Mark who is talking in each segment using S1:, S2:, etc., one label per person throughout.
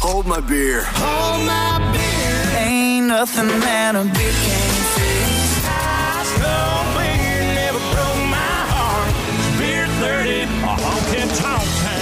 S1: Hold my beer. Hold my beer.
S2: Ain't nothing that a beer can't fix.
S3: No beer never broke my heart. Beer 30, a honky tonk time.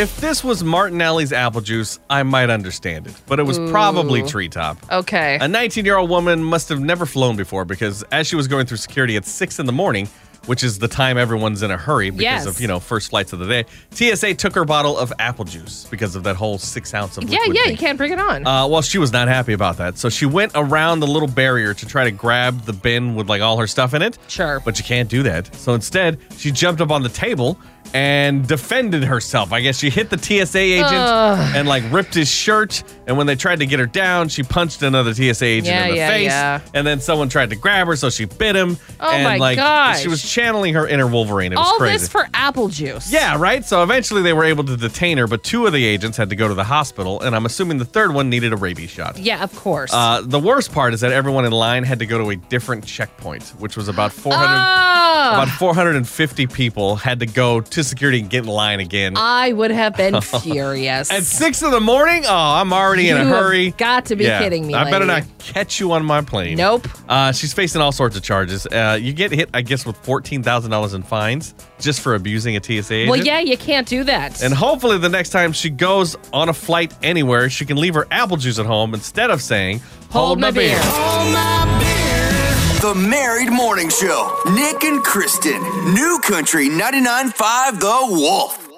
S4: If this was Martinelli's apple juice, I might understand it, but it was probably treetop.
S5: Okay.
S4: A 19 year old woman must have never flown before because as she was going through security at 6 in the morning, which is the time everyone's in a hurry because
S5: Yes.
S4: of, you know, first flights of the day, TSA took her bottle of apple juice because of that whole six ounce of
S5: yeah,
S4: liquid
S5: yeah,
S4: thing.
S5: you can't bring it on.
S4: Uh, well, she was not happy about that. So she went around the little barrier to try to grab the bin with like all her stuff in it.
S5: Sure.
S4: But you can't do that. So instead, she jumped up on the table and defended herself. I guess she hit the TSA agent and like ripped his shirt. And when they tried to get her down, she punched another TSA agent
S5: Yeah,
S4: in the
S5: yeah,
S4: face.
S5: yeah.
S4: And then someone tried to grab her, so she bit him.
S5: Oh
S4: and
S5: my
S4: like
S5: gosh.
S4: she was channeling her inner Wolverine. It was
S5: All
S4: crazy.
S5: this for apple juice.
S4: Yeah, right? So eventually they were able to detain her, but two of the agents had to go to the hospital, and I'm assuming the third one needed a rabies shot.
S5: Yeah, of course.
S4: Uh, the worst part is that everyone in line had to go to a different checkpoint, which was about 400,
S5: Ah,
S4: about 450 people had to go to security and get in line again.
S5: I would have been furious.
S4: At six in the morning? Oh, I'm already in a
S5: You have
S4: hurry.
S5: got to be kidding me,
S4: I better
S5: lady.
S4: not catch you on my plane.
S5: Nope.
S4: Uh, she's facing all sorts of charges. Uh, you get hit, I guess, with fourteen thousand dollars in fines just for abusing a TSA agent.
S5: well, yeah, you can't do that.
S4: And hopefully, the next time she goes on a flight anywhere, she can leave her apple juice at home instead of saying,
S5: Hold my beer.
S1: Hold my beer. The Married Morning Show. Nick and Kristen. New Country 99.5 The Wolf.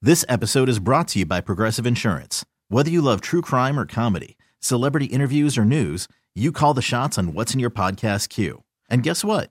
S6: This episode is brought to you by Progressive Insurance. Whether you love true crime or comedy, celebrity interviews or news, you call the shots on what's in your podcast queue. And guess what?